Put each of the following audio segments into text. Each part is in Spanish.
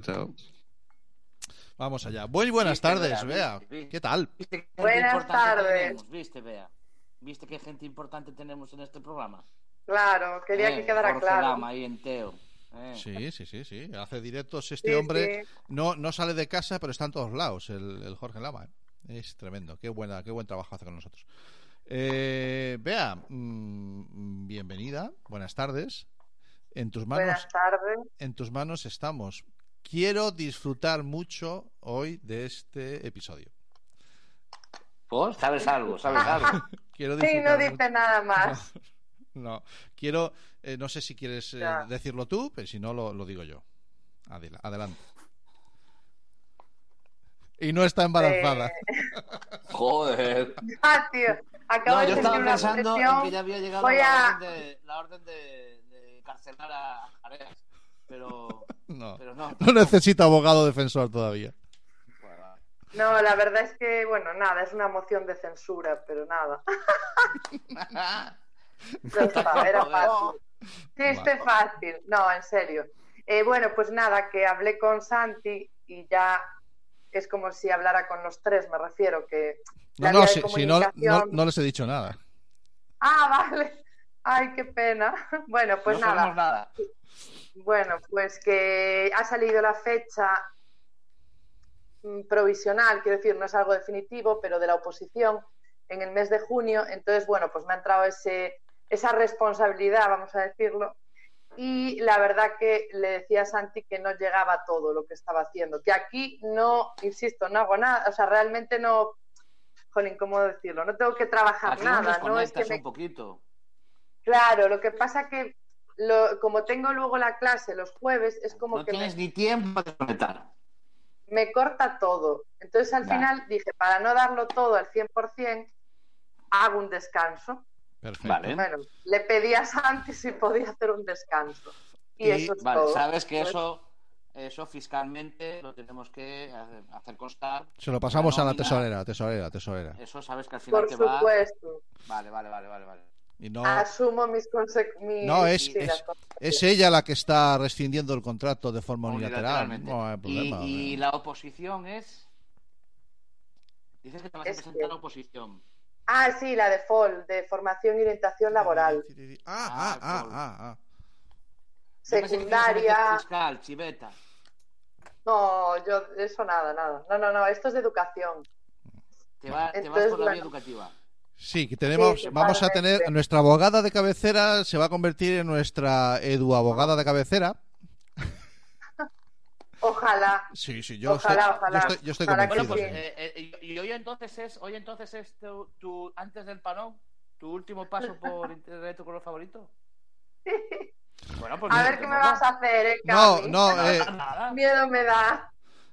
Chao. Vamos allá. Muy buenas Viste, tardes, Bea, Bea. ¿Qué tal? ¿Viste qué gente Buenas importante tardes. tenemos? ¿Viste, Bea? ¿Viste qué gente importante tenemos en este programa? Claro, quería que Eh, quedara Jorge claro. Lama ahí en Teo. eh. Sí, sí, sí, sí. Hace directos Sí, este hombre. sí. No, no sale de casa, pero está en todos lados el, el Jorge Lama. ¿eh? Es tremendo. Qué, buena, qué buen trabajo hace con nosotros. Eh, Bea, mm, bienvenida. Buenas tardes. En tus manos, Buenas tardes. en tus manos estamos. Quiero disfrutar mucho hoy de este episodio. ¿Vos sabes algo? ¿Sabes algo? Quiero Sí, disfrutar no mucho- dice nada más. No, quiero, eh, no sé si quieres eh, Ya. decirlo tú, pero si no, lo, lo digo yo. Adela- adelante. Y no está embarazada. Eh. Joder. Ah, tío, acabo No, de yo sentir estaba una pensando en que presión. ya había llegado Voy la a- orden de, la orden de, de carcelar a Jareas. Pero, No, pero no. no necesita abogado defensor todavía. No, la verdad es que, bueno, nada, es una moción de censura, pero nada. Ya está, era Oh. fácil. Chiste Vale. fácil, no, en serio. Eh, bueno, pues nada, que hablé con Santi y ya es como si hablara con los tres, me refiero, que... No, la no, vía de si, si no, no, comunicación- no les he dicho nada. Ah, vale. Ay, qué pena. Bueno, pues no nada. sabemos nada. Bueno, pues que ha salido la fecha mm, provisional, quiero decir, no es algo definitivo, pero de la oposición en el mes de junio. Entonces, bueno, pues me ha entrado ese, esa responsabilidad, vamos a decirlo. Y la verdad que le decía a Santi que no llegaba a todo lo que estaba haciendo. Que aquí no, insisto, no hago nada. O sea, realmente no, jolín, ¿cómo decirlo? No tengo que trabajar Aquí nos nada. No es que desconectas me un poquito. Claro, lo que pasa que lo- como tengo luego la clase los jueves, es como No que me, tienes ni tiempo de conectar. me corta todo. Entonces al Ya. final dije, para no darlo todo al 100%, hago un descanso. Perfecto. Vale. Bueno, le pedí a Santi si podía hacer un descanso. Y, Y- eso es Vale, todo. sabes que Pues, eso, eso fiscalmente lo tenemos que hacer- hacer constar. Se lo pasamos a la Nómina. tesorera, tesorera, tesorera. Eso sabes que al final Por te va. supuesto, Vale, vale, vale, vale, vale. Y no, asumo mis consecuencias. No, es- es- es ella la que está rescindiendo el contrato de forma unilateral. Unilateralmente. No hay y, problema. y la oposición es. Dices que te vas a Es presentar a que- la oposición. Ah, sí, la de FOL, de formación y orientación laboral. Ah, ah, ah, Árbol. ah, ah. Yo pensé que te ibas a meter Secundaria. Fiscal, chiveta. No, yo, eso nada, nada. No, no, no, esto es de educación. Te, va- te vas Entonces, por la vía bueno. educativa. Sí, que tenemos, Sí, este vamos a totalmente. tener nuestra abogada de cabecera se va a convertir en nuestra edu abogada de cabecera. Ojalá. Sí, sí, yo Ojalá, estoy, ojalá. yo estoy, yo estoy Ojalá Bueno, Bueno, convencido. pues pues, sí. y hoy entonces es, hoy entonces es tu, antes del panón, tu último paso por internet tu color favorito. Bueno, pues A ver qué me vas a hacer, eh, No, Cami. no, eh, Miedo me da.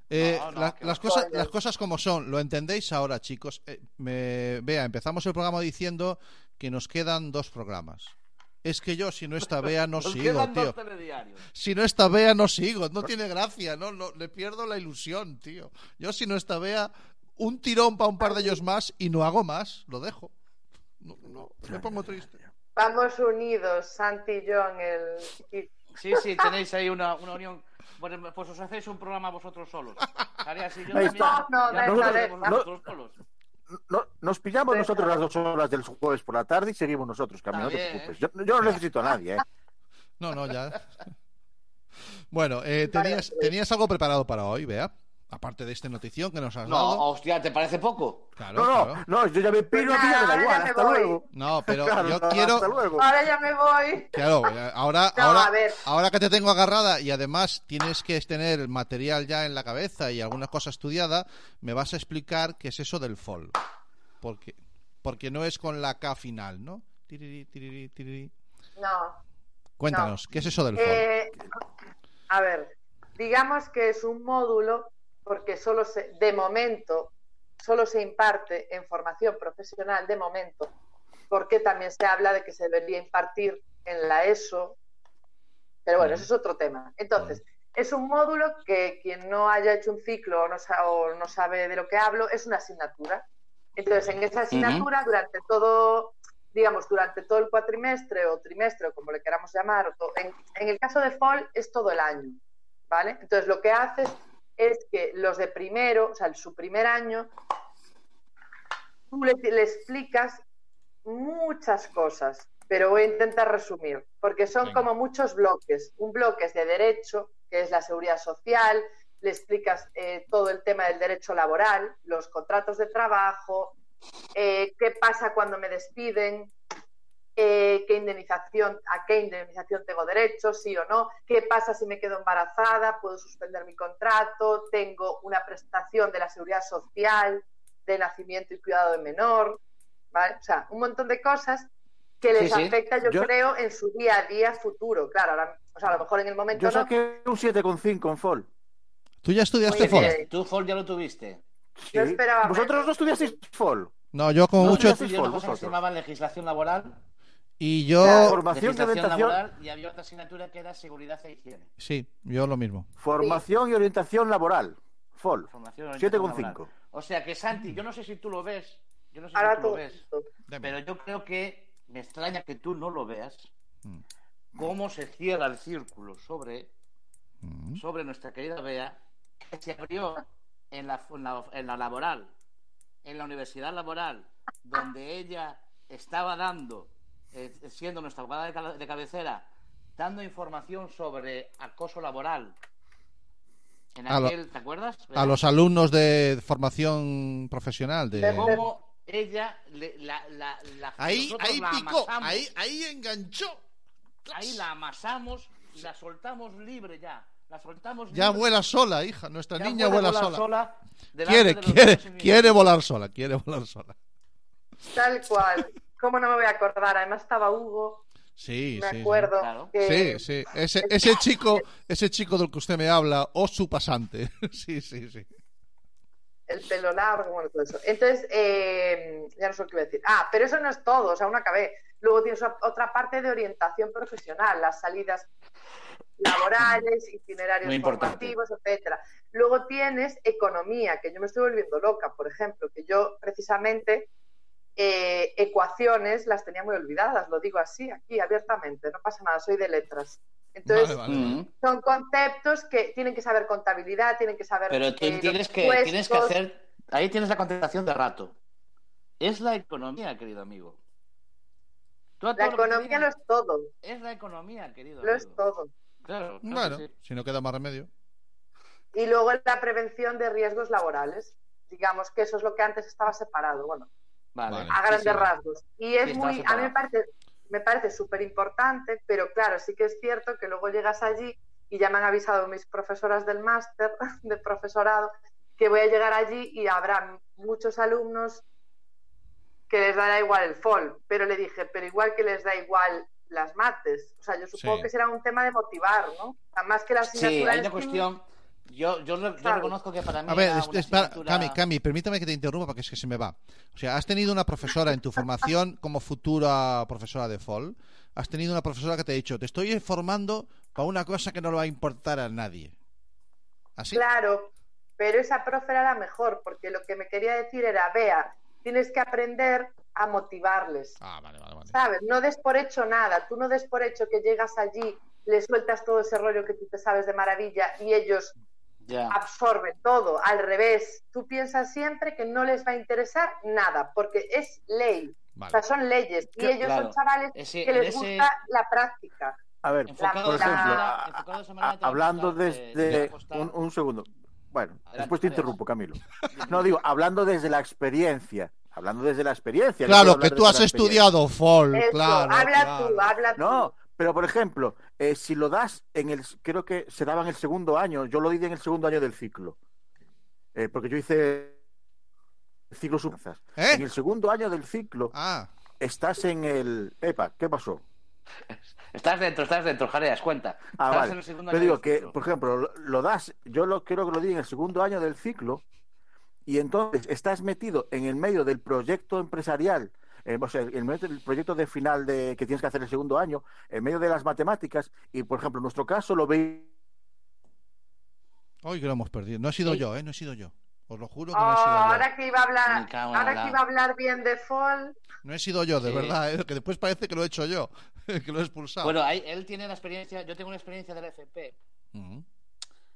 eh, No, no, la- que las, va. cosas, Joder. las cosas como son, lo entendéis ahora, chicos. Eh, me- Vea, empezamos el programa diciendo que nos quedan dos programas. Es que yo, si no está Bea, no sigo, tío. Si no está Bea, no sigo. No tiene gracia, no, no, le pierdo la ilusión, tío. Yo, si no está Bea, un tirón para un par de ellos más y no hago más, lo dejo. No, no, me pongo triste. Vamos unidos, Santi y yo en el. y- Sí, sí, tenéis ahí una, una unión. Bueno, pues os hacéis un programa vosotros solos. Tareas y yo Ahí también. está. No, Ya no, nos no, hacemos no. vosotros solos. No- nos pillamos Sí. nosotros las dos horas del jueves por la tarde y seguimos nosotros, Cami, no te Está bien, preocupes. Yo, yo no necesito a nadie, ¿eh? No, no, ya. Bueno, eh, tenías, tenías algo preparado para hoy, Bea. Aparte de esta notición que nos has No, dado. hostia, ¿te parece poco? Claro, No, no, claro. no, yo ya me piro Pues aquí, ya nada, ahora me da igual, ya me hasta voy. luego. No, pero Claro, yo hasta quiero. luego. Ahora ya me voy. Claro, eh, ahora, No, ahora, a ver. ahora que te tengo agarrada y además tienes que tener material ya en la cabeza y alguna cosa estudiada, me vas a explicar qué es eso del fall. Porque, porque no es con la K final, ¿no? Tiriri, tiriri, tiriri. No. Cuéntanos, ¿qué es eso del fall? Eh, a ver, digamos que es un módulo porque solo se, de momento, solo se imparte en formación profesional de momento, porque también se habla de que se debería impartir en la ESO, pero bueno, Mm. eso es otro tema. Entonces, es un módulo que quien no haya hecho un ciclo o no, sa- o no sabe de lo que hablo, es una asignatura. Entonces, en esa asignatura, durante todo, digamos, durante todo el cuatrimestre o trimestre, o como le queramos llamar, o to- en, en el caso de FOL es todo el año. ¿vale? Entonces lo que haces es que los de primero, o sea, su primer año, tú le, le explicas muchas cosas, pero voy a intentar resumir, porque son Venga. como muchos bloques. Un bloque es de derecho, que es la seguridad social, le explicas eh, todo el tema del derecho laboral, los contratos de trabajo, eh, qué pasa cuando me despiden, eh, qué indemnización, a qué indemnización tengo derecho, sí o no, qué pasa si me quedo embarazada, puedo suspender mi contrato, tengo una prestación de la seguridad social, de nacimiento y cuidado de menor, ¿vale? O sea, un montón de cosas que les Sí, sí. afecta, yo, Yo- creo, en su día a día futuro. Claro, ahora- o sea, a lo mejor en el momento Yo no. saqué un 7,5 en fall. ¿Tú ya estudiaste Oye, Este Ford? bien. Tú, Ford, ya lo tuviste. Sí. esperaba Vosotros menos. no estudiasteis fall. No, yo como No, mucho. yo- Había una cosa que vosotros. se llamaba legislación laboral, Y yo. Claro. Formación y legislación orientación, laboral y había otra asignatura que era seguridad e higiene. Sí, yo lo mismo. formación y orientación laboral. Fall. Formación, orientación laboral. 7,5. O sea que Santi, yo no sé si tú lo ves, yo no sé si Ahora tú todo. lo ves, pero yo creo que me extraña que tú no lo veas Mm. cómo se cierra el círculo sobre, Mm. sobre nuestra querida Bea, que se abrió en la, en la- en la laboral, en la universidad laboral, donde ella estaba dando, eh, siendo nuestra abogada de cala- de cabecera, dando información sobre acoso laboral. En A lo- aquel, ¿Te acuerdas? Bea? A los alumnos de formación profesional. De... cómo Eh. ella le- la, la, la- nosotros la amasamos, ahí enganchó. ahí la amasamos y la soltamos libre ya. La soltamos Ya libre. vuela sola, hija. Nuestra Ya niña puede vuela volar sola. delante Quiere, de los quiere, niños y niñas. quiere volar sola, quiere volar sola. Tal cual. ¿Cómo no me voy a acordar? Además estaba Hugo, Sí, me sí, sí. acuerdo. Claro. que- Sí, sí. Ese, ese chico, ese chico del que usted me habla, o su pasante. Sí, sí, sí. el pelo largo, bueno, todo eso. Entonces, eh, ya no sé qué iba a decir. Ah, pero eso no es todo, o sea, aún no acabé. Luego tienes o- otra parte de orientación profesional, las salidas laborales, itinerarios Muy importante. formativos, etcétera. Luego tienes economía, que yo me estoy volviendo loca, por ejemplo, que yo precisamente eh, ecuaciones las tenía muy olvidadas, lo digo así, aquí abiertamente, no pasa nada, soy de letras. Entonces, Vale, vale. vale. Mm. son conceptos que tienen que saber contabilidad, tienen que saber... Pero tú eh, los tienes que, tienes que impuestos. hacer. Ahí tienes la contestación de rato. Es la economía, querido amigo. Tú a La todo lo que te economía lo digan, es todo, es la economía, querido. lo es amigo. todo. Claro, claro que Bueno, sí. si no queda más remedio. Y luego la prevención de riesgos laborales. Digamos que eso es lo que antes estaba separado, bueno, Vale. Vale. a grandes Sí, sí. rasgos. Y Sí, es estaba muy, a mí me separado. parece, me parece súper importante, pero claro, sí que es cierto que luego llegas allí y ya me han avisado mis profesoras del máster, de profesorado, que voy a llegar allí y habrá muchos alumnos que les dará igual el FOL, pero le dije, pero igual que les da igual las mates. O sea, yo supongo Sí. que será un tema de motivar, ¿no? Más que la Sí, asignatura hay en una sí, cuestión. Yo, yo, re- yo Claro. reconozco que para mí. A ver, era es- una es- para- asignatura- Cami, Cami, permítame que te interrumpa porque es que se me va. O sea, has tenido una profesora en tu formación como futura profesora de FOL, has tenido una profesora que te ha dicho, te estoy formando para una cosa que no le va a importar a nadie. ¿Así? Claro, pero esa profe era la mejor, porque lo que me quería decir era, vea, tienes que aprender a motivarles, Ah, vale, vale, vale. ¿sabes? No des por hecho nada, tú no des por hecho que llegas allí, les sueltas todo ese rollo que tú te sabes de maravilla y ellos Ya. absorben todo, al revés, tú piensas siempre que no les va a interesar nada, porque es ley, o sea, Vale, son leyes y Claro. ellos Claro. son chavales Ese- que les en ese- gusta la práctica. A ver, Enfocado por de esa ejemplo, manera- a- enfocado de esa a- manera te va a hablando costar, desde... eh, te va a costar. un, un segundo. Bueno, Adelante, después te Andreas. interrumpo, Camilo. No, digo, hablando desde la experiencia. Hablando desde la experiencia. claro puedo que hablar tú desde has la experiencia. estudiado FOL, Eso, Mm, claro. habla claro. tú, habla tú. No, pero por ejemplo, eh, si lo das en el, creo que se daba en el segundo año, yo lo di en el segundo año del ciclo, Eh, porque yo hice ciclo subzas. ¿Eh? En el segundo año del ciclo Ah, estás en el, epa, ¿qué pasó? Estás dentro, estás dentro, Jareas, cuenta. Ah, Estás vale. en el segundo Pero año digo del que, ciclo. por ejemplo, lo- lo das, yo lo creo que lo di en el segundo año del ciclo, y entonces estás metido en el medio del proyecto empresarial, eh, o sea, en el medio del proyecto de final de, que tienes que hacer el segundo año, en medio de las matemáticas, y por ejemplo, en nuestro caso lo veis. hoy que lo hemos perdido. No he sido Sí. yo, ¿eh? No he sido yo. Os lo juro que no he sido yo. Oh, Ahora que iba a hablar, Me cago en ahora la- que iba a hablar bien de Fall, No he sido yo, de Sí. verdad, ¿eh? que después parece que lo he hecho yo, que lo he expulsado. Mm, Bueno, ahí, él tiene la experiencia, yo tengo una experiencia del FP, Ujú.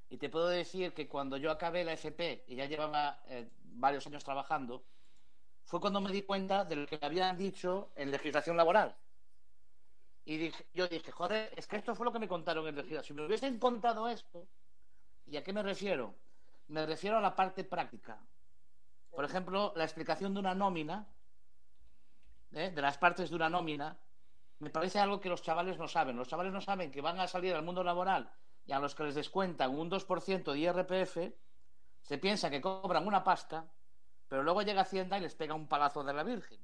Y te puedo decir que cuando yo acabé la FP y ya llevaba eh, varios años trabajando, fue cuando me di cuenta de lo que me habían dicho en legislación laboral. Y dije, yo dije, joder, es que esto fue lo que me contaron en legislación. Si me hubiesen contado esto, ¿y a qué me refiero? Me refiero a la parte práctica. Por ejemplo, la explicación de una nómina, ¿eh? de las partes de una nómina, me parece algo que los chavales no saben. Los chavales no saben que van a salir al mundo laboral y a los que les descuentan un 2% de IRPF, se piensa que cobran una pasta, pero luego llega Hacienda y les pega un palazo de la Virgen.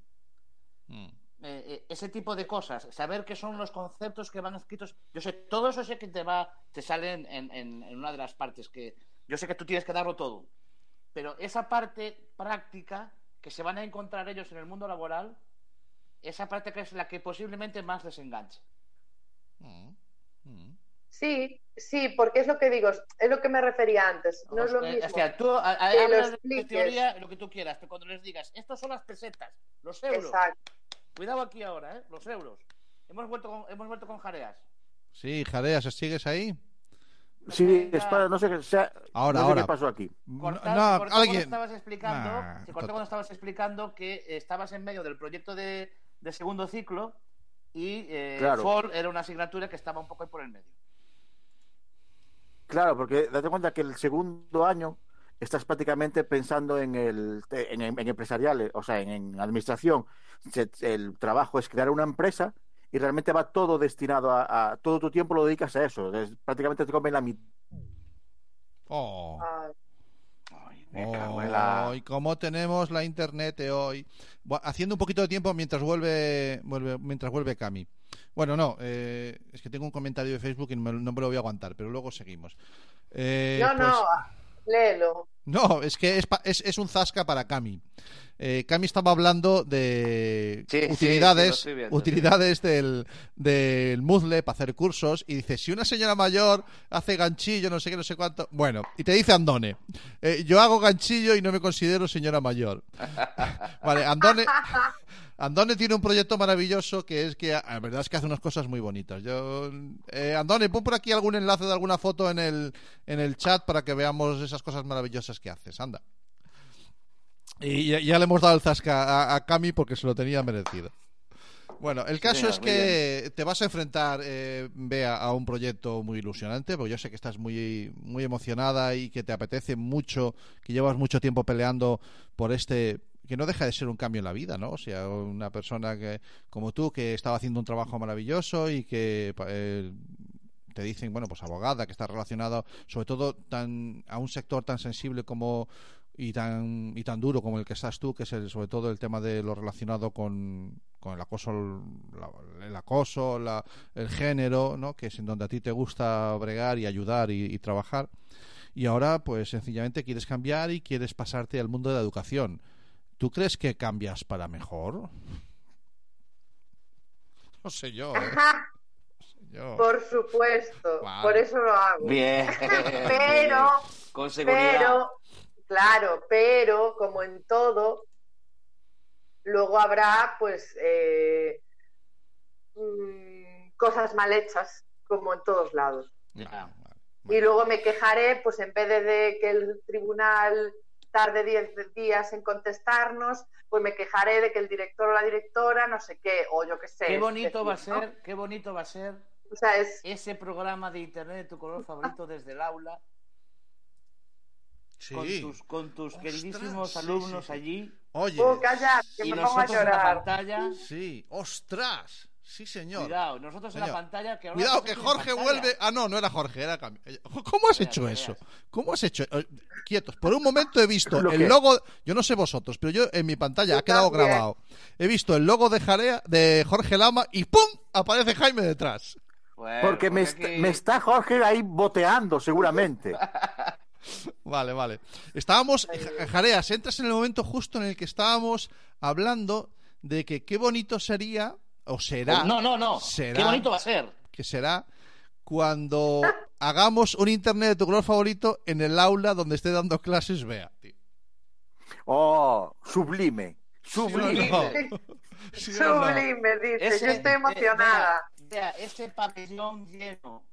Mm. Eh, eh, ese tipo de cosas, saber qué son los conceptos que van escritos. Yo sé, todo eso sé que te va, te sale en, en, en una de las partes que. Yo sé que tú tienes que darlo todo. Pero esa parte práctica que se van a encontrar ellos en el mundo laboral, esa parte que es la que posiblemente más desenganche. Mm. Mm. Sí, sí, porque es lo que digo, es lo que me refería antes. No es lo mismo. O sea, Eh, tú a, a, hablas de teoría, lo que tú quieras, pero cuando les digas, estas son las pesetas, los euros. Exacto. Cuidado aquí ahora, ¿eh? Los euros. Hemos vuelto con, hemos vuelto con jareas. Sí, jareas, ¿sigues ahí? Sí, es para, no sé qué sea, ahora, no sé ahora. Mm, qué pasó aquí. Cortado, no, cortado alguien... cuando estabas explicando, nah, cortado cuando estabas explicando que estabas en medio del proyecto de, de segundo ciclo y eh, Claro. Ford era una asignatura que estaba un poco ahí por el medio. Claro, porque date cuenta que el segundo año estás prácticamente pensando en el en, en- en empresariales, o sea, en, en administración. Se- el trabajo es crear una empresa y realmente va todo destinado a, a- todo tu tiempo lo dedicas a eso. Es- prácticamente te comen la mitad. Oh. Ah, Ay, Oh, en la- y cómo tenemos la internet de hoy. Bu- haciendo un poquito de tiempo mientras vuelve, vuelve- mientras vuelve Cami. Bueno, no, eh, es que tengo un comentario de Facebook y no me, no me lo voy a aguantar, pero luego seguimos. Eh, no, pues- no, léelo. no, es que es, pa- es, es un zasca para Cami. Eh, Cami estaba hablando de Sí, sí, sí, lo utilidades, estoy viendo, utilidades del, del Moodle para hacer cursos y dice, si una señora mayor hace ganchillo, no sé qué, no sé cuánto, bueno, y te dice Andone, eh, yo hago ganchillo y no me considero señora mayor. vale, Andone, Andone tiene un proyecto maravilloso que es que, la verdad es que hace unas cosas muy bonitas. Yo, eh, Andone, pon por aquí algún enlace de alguna foto en el, en el chat para que veamos esas cosas maravillosas que haces. Anda. Y ya, ya le hemos dado el zasca a, a Cami porque se lo tenía merecido. Bueno, el caso señor, es muy que te vas a enfrentar, eh, Bea, a un proyecto muy ilusionante, porque yo sé que estás muy, muy emocionada y que te apetece mucho, que llevas mucho tiempo peleando por este que no deja de ser un cambio en la vida, ¿no? O sea, una persona que como tú que estaba haciendo un trabajo maravilloso y que pa- eh, te dicen, bueno, pues abogada, que está relacionado sobre todo tan a un sector tan sensible como y tan y tan duro como el que estás tú, que es el, sobre todo el tema de lo relacionado con, con el acoso, la- el acoso, la- el género, ¿no? Que es en donde a ti te gusta bregar y ayudar y- y trabajar. Y ahora, pues sencillamente quieres cambiar y quieres pasarte al mundo de la educación. ¿Tú crees que cambias para mejor? No sé yo. ¿eh? Yo- Por supuesto, Wow. por eso lo hago. Bien. Pero, Con seguridad. pero, claro, pero como en todo, luego habrá pues eh, mm, cosas mal hechas, como en todos lados. Nah, Ya. nah. Y luego me quejaré, pues en vez de, de que el tribunal tarde 10 días en contestarnos, pues me quejaré de que el director o la directora, no sé qué, o yo qué sé. Qué es bonito decir, va a ¿no? ser, qué bonito va a ser O sea, es, ese programa de internet de tu color favorito desde el aula con Sí. tus con tus Ostras, queridísimos sí, alumnos sí, sí. allí Oye. oh, calla, que y me pongo a nosotros en la llorar. pantalla. Sí. ¡Ostras! Sí, señor. Cuidado, nosotros en la Señor. pantalla que ahora Cuidado, nosotros que en Jorge pantalla. vuelve. Ah, no, no era Jorge, era Cam- eh, ¿Cómo has Veas, hecho veas. eso? ¿Cómo has hecho? eh, Quietos, por un momento he visto ¿Lo el qué? logo. Yo no sé vosotros, pero yo en mi pantalla Yo ha quedado también. grabado. He visto el logo de Jarea, de Jorge Lama y ¡pum! aparece Jaime detrás. Bueno, Porque me, est- aquí- me está Jorge ahí boteando, seguramente. Vale, vale. Estábamos, Ja- Jareas, entras en el momento justo en el que estábamos hablando de que qué bonito sería, o será, No, no, no. Será. Qué bonito va a ser. que será cuando hagamos un internet de tu color favorito en el aula donde esté dando clases, vea. Oh, sublime. Sublime. Sí o no. Sublime, dice. Ese- Yo estoy emocionada. eh, vea, vea, ese pabellón lleno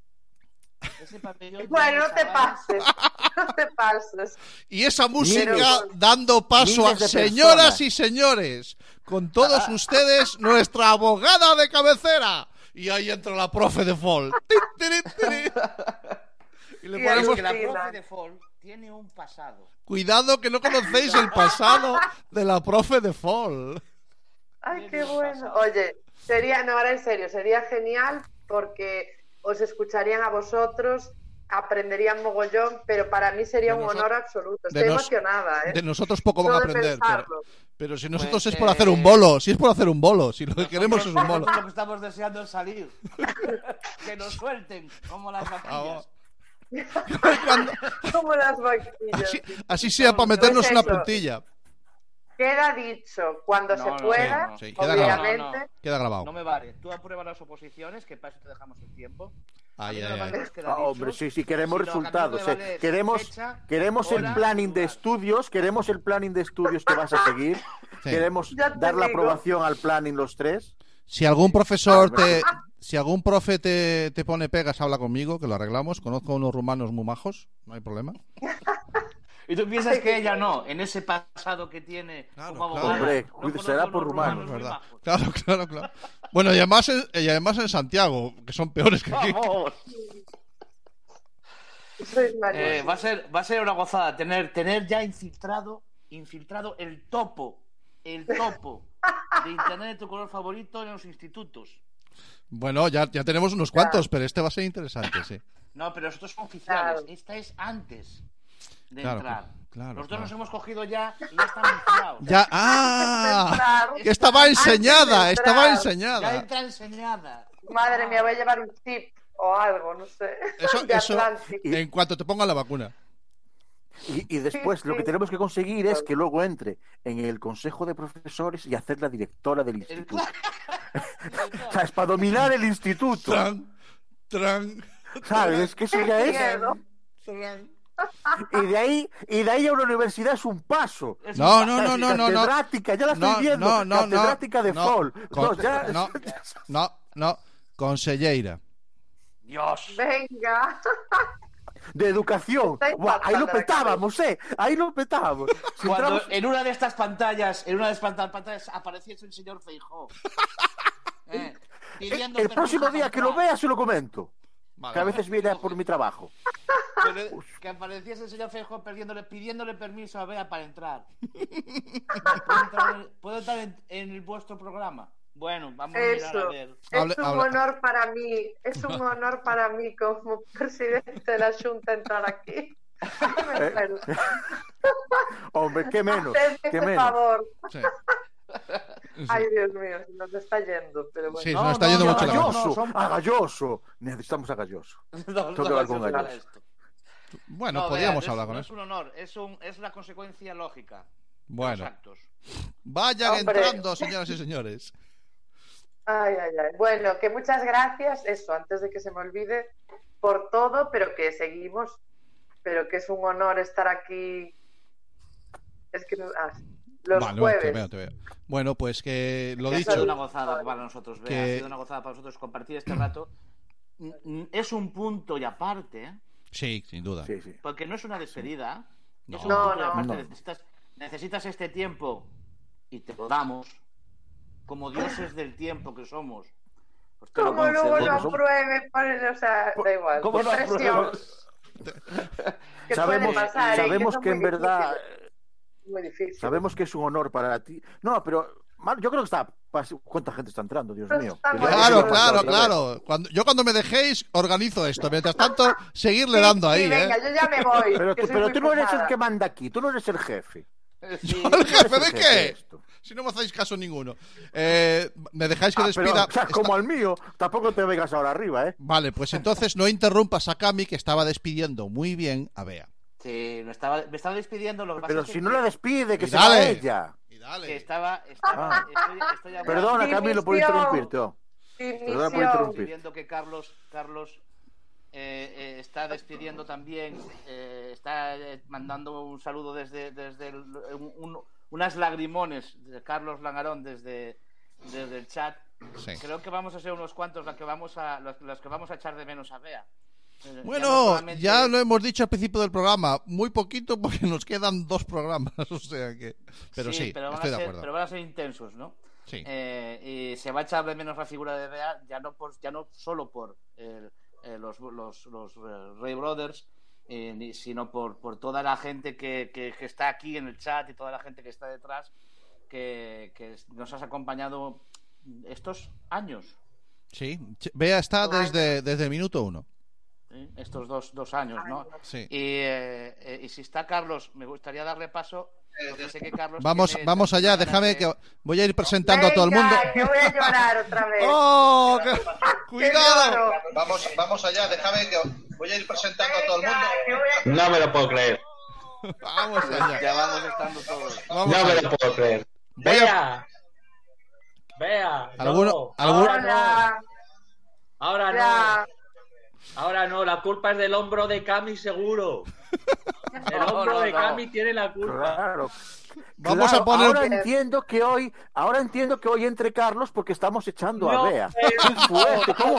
Ese pabellón Bueno, lleno no de te chavales- pases, no te pases. Y esa música Miles- dando paso a miles de señoras personas. y señores. Con todos ustedes, nuestra abogada de cabecera. Y ahí entra la profe de Fall. Tin, tirin, tirin. Y le Y ahí ponemos, Que la profe Cristina. de Fall tiene un pasado. cuidado que no conocéis el pasado de la profe de Fall. Ay, Bien, qué bien, bueno. pasa. Oye, sería, no, ahora en serio, sería genial porque os escucharían a vosotros, aprenderían mogollón, pero para mí sería De un noso- honor absoluto. de Estoy nos- emocionada, ¿eh? De nosotros poco van a Solo de aprender. Pero, pensarlo. pero si nosotros es eh, por hacer un bolo, si es por hacer un bolo, si lo que queremos es un Nosotros bolo. Lo que estamos deseando es salir. que nos suelten como las favor. vaquillas. Cuando- Como las vaquillas. así, así sea para Pues meternos una eso. puntilla. Queda dicho, cuando No, se no, pueda, no. Sí, sí, queda grabado. obviamente. No, no, Queda grabado. No me vale. Tú aprueba las oposiciones, que para eso te dejamos el tiempo. A Ay, mí no ay, me ay. vale los que lo Ah, han dicho, hombre, sí, sí, queremos sino que a mí me resultados. eh. vale Queremos, fecha, queremos el hora, planning de lugar. estudios, queremos el planning de estudios que vas a seguir, Sí. queremos Ya te dar la digo. aprobación al planning los tres. Si algún profesor Ah, te, si algún profe te, te pone pegas, habla conmigo, que lo arreglamos. Conozco a unos rumanos muy majos, no hay problema. Y tú piensas que ella no, en ese pasado que tiene Claro, como claro. abogada. Hombre, no conoce será unos por rumano, Es rumanos muy verdad. bajos. Claro, claro, claro. Bueno, y además, en, y además en Santiago, que son peores que aquí. ¡Vamos! Sois Eh, malísimos. va, a ser, va a ser una gozada tener, tener ya infiltrado, infiltrado el topo, el topo de internet de tu color favorito en los institutos. Bueno, ya, ya tenemos unos cuantos, pero este va a ser interesante, sí. No, pero estos son oficiales. Claro. Esta es antes de Claro, entrar. claro, claro, Nosotros claro. nos hemos cogido ya y ya están inflados. Ya, ¡ah! Entrar. Que estaba enseñada, Antes de estaba entrar. Ya enseñada. está enseñada. Madre mía, voy a llevar un tip o algo, no sé. Eso, de eso, Atlantic. en cuanto te pongan la vacuna. Y, y después Sí, lo que sí. tenemos que conseguir es que luego entre en el consejo de profesores y hacer la directora del instituto. ¿Sabes? Para dominar el instituto. Tran, tran, ¿Sabes? Es que eso ya Qué es. miedo. tran. Y de ahí, y de ahí a una universidad es un paso. Es No, un no, no, no, no, no. Catedrática, ya la estoy No, viendo. no, no, no, Catedrática de no. Fall. Con- No, ya- no. No, no, conselleira. Dios. Venga. De educación. Estáis Buah, ahí lo matando la petábamos, eh. Ahí lo petábamos. Si Cuando entramos- en una de estas pantallas, en una de estas pantallas apareciese el señor Feijó. Eh, pidiendo el permiso próximo para día que lo entrar. vea se lo comento. Vale, Que a veces viene por mi trabajo. Pero que apareciese el señor Feijó perdiéndole, pidiéndole permiso a Bea para entrar. ¿Puedo entrar, en, puedo entrar en- en el vuestro programa? Bueno, vamos a mirar Eso. a ver. Hable- es un habla- honor para mí, es un honor para mí como presidente de la Junta entrar aquí. Eh, Hombre, qué menos. Hacedme Qué ese menos. este favor. sí. Sí. Ay, Dios mío, se nos está yendo, pero bueno. Sí, se nos está yendo no, mucho no, la mano. no. Agalloso, son- Ah, agalloso. Necesitamos agalloso. No, Tengo que no, hablar con no, gallos. esto. Bueno, No, podríamos Bea, Ah, hablar es- con eso. no Es un honor, es, un, es una consecuencia lógica. de los Bueno, actos. vayan Hombre. entrando, señoras y señores. Ay, ay, ay. Bueno, que muchas gracias, eso, antes de que se me olvide, por todo, pero que seguimos, pero que es un honor estar aquí. Es que no- ah, los Vale, bueno, te jueves. veo, te veo. Bueno, pues que lo Que Ha sido dicho. una gozada para nosotros, Bea, Que- ha sido una gozada para nosotros compartir este rato. N- n- Es un punto y aparte, ¿eh? Sí, sin duda. Sí, sí. porque no es una despedida. No. es un No, punto y no. aparte. No. Necesitas, necesitas este tiempo y te lo damos como dioses del tiempo que somos. Pues te lo Como luego lo concedemos. apruebe, ponen, o sea, da igual. ¿Cómo no presión, apruebas? que puede Sabemos, pasar, ¿eh? sabemos son que en muy verdad difíciles, Muy difícil. Sabemos que es un honor para ti. No, pero Mar, yo creo que está. pas- ¿Cuánta gente está entrando, Dios Pero mío? Pues está Que ya- Claro, ya- claro, otra vez. claro. Cuando, yo cuando me dejéis, organizo esto. Mientras tanto, seguirle Sí, dando sí, ahí, venga, ¿eh? yo ya me voy. Pero que tú, soy pero muy tú no eres el pesada. que manda aquí, tú no eres el jefe. Sí. ¿El Tú no eres jefe de el jefe de qué? esto. Si no me hacéis caso ninguno. Eh, ¿Me dejáis que Ah, pero, despida? o sea, Está- como al mío, tampoco te vengas ahora arriba, ¿eh? Vale, pues entonces no interrumpas a Cami, que estaba despidiendo muy bien a Bea. Sí, me estaba, me estaba despidiendo. Lo que pasa Pero es si que- no la despide, que Y se va dale. ella. Y que dale. estaba, estaba- Ah. estoy, estoy hablando- Perdona, Dimisión. Camilo, por interrumpirte. oh. Perdona por Dimisión. interrumpir. Estoy viendo que Carlos, Carlos eh, eh, está despidiendo también, eh, está eh, mandando un saludo desde, desde el- un- un- unas lagrimones de Carlos Langarón desde, desde el chat. Sí. Creo que vamos a ser unos cuantos los que vamos a, los, los que vamos a echar de menos a Bea. Eh, Bueno, solamente- ya lo hemos dicho al principio del programa, muy poquito porque nos quedan dos programas, o sea que... Pero sí, pero van estoy a de ser- acuerdo. pero van a ser intensos, ¿no? Sí. Eh, y se va a echar de menos la figura de Bea, ya no, por, ya no solo por eh, eh, los, los, los, eh, Ray Brothers, eh, ni- sino por, por toda la gente que, que- que está aquí en el chat y toda la gente que está detrás, que, que nos has acompañado estos años, Sí, Ch- Bea está desde, desde el minuto uno. ¿eh? estos dos, dos años, ¿no? Ah, Sí. Y, eh, eh, y si está Carlos, me gustaría darle paso. porque sé que Carlos Vamos, tiene vamos allá, ganas déjame de- que voy a ir presentando a todo el mundo. Venga, que voy a llorar otra vez. ¡Oh! qué- ¡Cuidado! Que lloro. Vamos, vamos allá, déjame que voy a ir presentando a todo el mundo. Venga, que voy a No me lo puedo creer. Vamos allá. Ya vamos estando todos. Vamos No me allá. lo puedo creer. Voy a- Vea. Vea. Alguno- Ah, no, alguno- Ahora no. Hola, Ahora ya. no. Ahora no. La culpa es del hombro de Cami seguro. El No, hombro no, de no. Cami tiene la culpa. Claro. Vamos a Claro, poner- Ahora entiendo que hoy, ahora entiendo que hoy entre Carlos porque estamos echando No, eh, a Bea. pero- ¡Qué fuerte! ¿Cómo,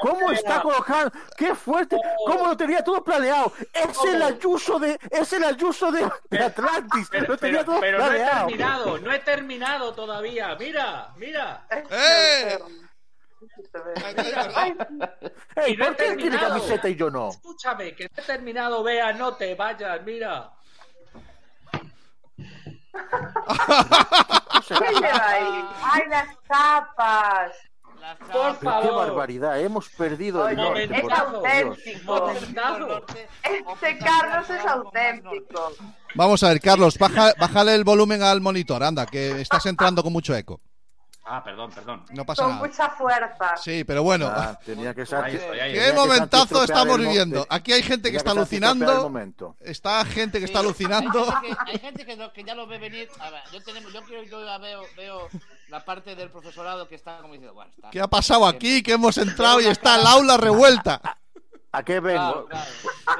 cómo eh, está colocado? ¡Qué fuerte! ¿Cómo lo tenía todo planeado? Es el ayuso de, es el ayuso de, de Atlantis. Pero, Lo tenía pero- todo pero no he planeado. terminado. No he terminado todavía. Mira, mira. ¡Eh! mira. Ey, Y no he ¿Por qué él tiene terminado. camiseta y yo no? Escúchame, que no he terminado, Bea. No te vayas, mira. ¿Qué lleva ahí? ¡Ay, las tapas! Las Por Pero qué favor. barbaridad, hemos perdido el Oye, norte, es por favor, Dios. auténtico. Momentazo. Este Carlos es auténtico. Vamos a ver, Carlos, baja, bájale el volumen al monitor, anda, que estás entrando con mucho eco. Ah, perdón, perdón. No pasa Con nada. mucha fuerza. Sí, pero bueno. Ah, tenía que ser. Ahí estoy, ahí ¡Qué estoy. momentazo estamos Tenía que viviendo! estar Aquí hay gente que está estropeado el alucinando. momento. Está gente que está Sí, alucinando. Hay gente que, hay gente que no- que ya lo ve venir. A ver, yo, tenemos, yo, creo, yo ya veo, veo la parte del profesorado que está como diciendo, bueno, está. ¿Qué ha pasado aquí? Que hemos entrado y está el aula revuelta. ¿A qué Claro, vengo? claro.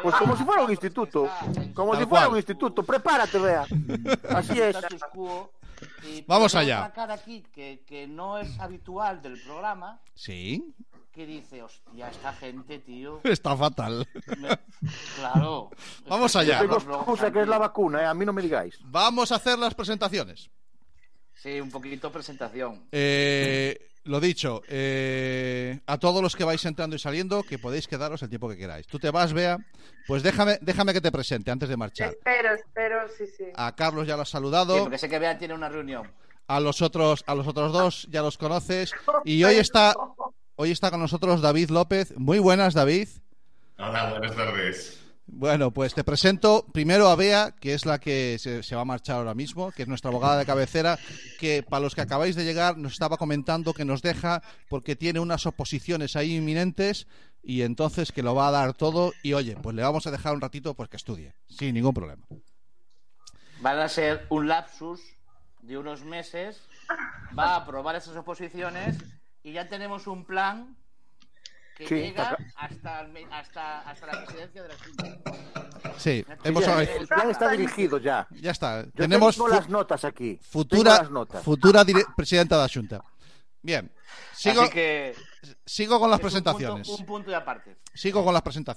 Pues como si fuera un instituto. Como Tal si fuera cual. un instituto. Prepárate, vea. Así es. Status quo. Y Vamos tenemos allá. Una cara aquí que, que no es habitual del programa Sí, que dice, hostia, esta gente, tío. está fatal. me- Claro. Vamos allá. Tengo excusa que es la vacuna, ¿eh? a mí no me digáis. Vamos a hacer las presentaciones. Sí, un poquito presentación. Eh, lo dicho, eh, a todos los que vais entrando y saliendo, que podéis quedaros el tiempo que queráis. Tú te vas, Bea. Pues déjame, déjame que te presente antes de marchar. Espero, espero, sí, sí. A Carlos ya lo has Sí, saludado, porque sé que Bea tiene una reunión. a los otros, a los otros dos ya los conoces. Y hoy está, hoy está con nosotros David López. Muy buenas, David. Hola, buenas tardes. Bueno, pues te presento primero a Bea, que es la que se, se va a marchar ahora mismo, que es nuestra abogada de cabecera, que para los que acabáis de llegar nos estaba comentando que nos deja porque tiene unas oposiciones ahí inminentes y entonces que lo va a dar todo y oye, pues le vamos a dejar un ratito pues que estudie, sin ningún problema. van a ser un lapsus de unos meses, va a aprobar esas oposiciones y ya tenemos un plan que Sí, llega acá. hasta, el me- hasta, hasta la presidencia de la Junta. Sí, hemos Ya, organizado- el plan está dirigido ya. ya está, Yo tenemos tengo fu- las notas aquí. Tengo futura las notas. futura dire- presidenta de la Junta. Bien, sigo Así que sigo con las es un punto- Un presentaciones. punto, y aparte. Sigo con las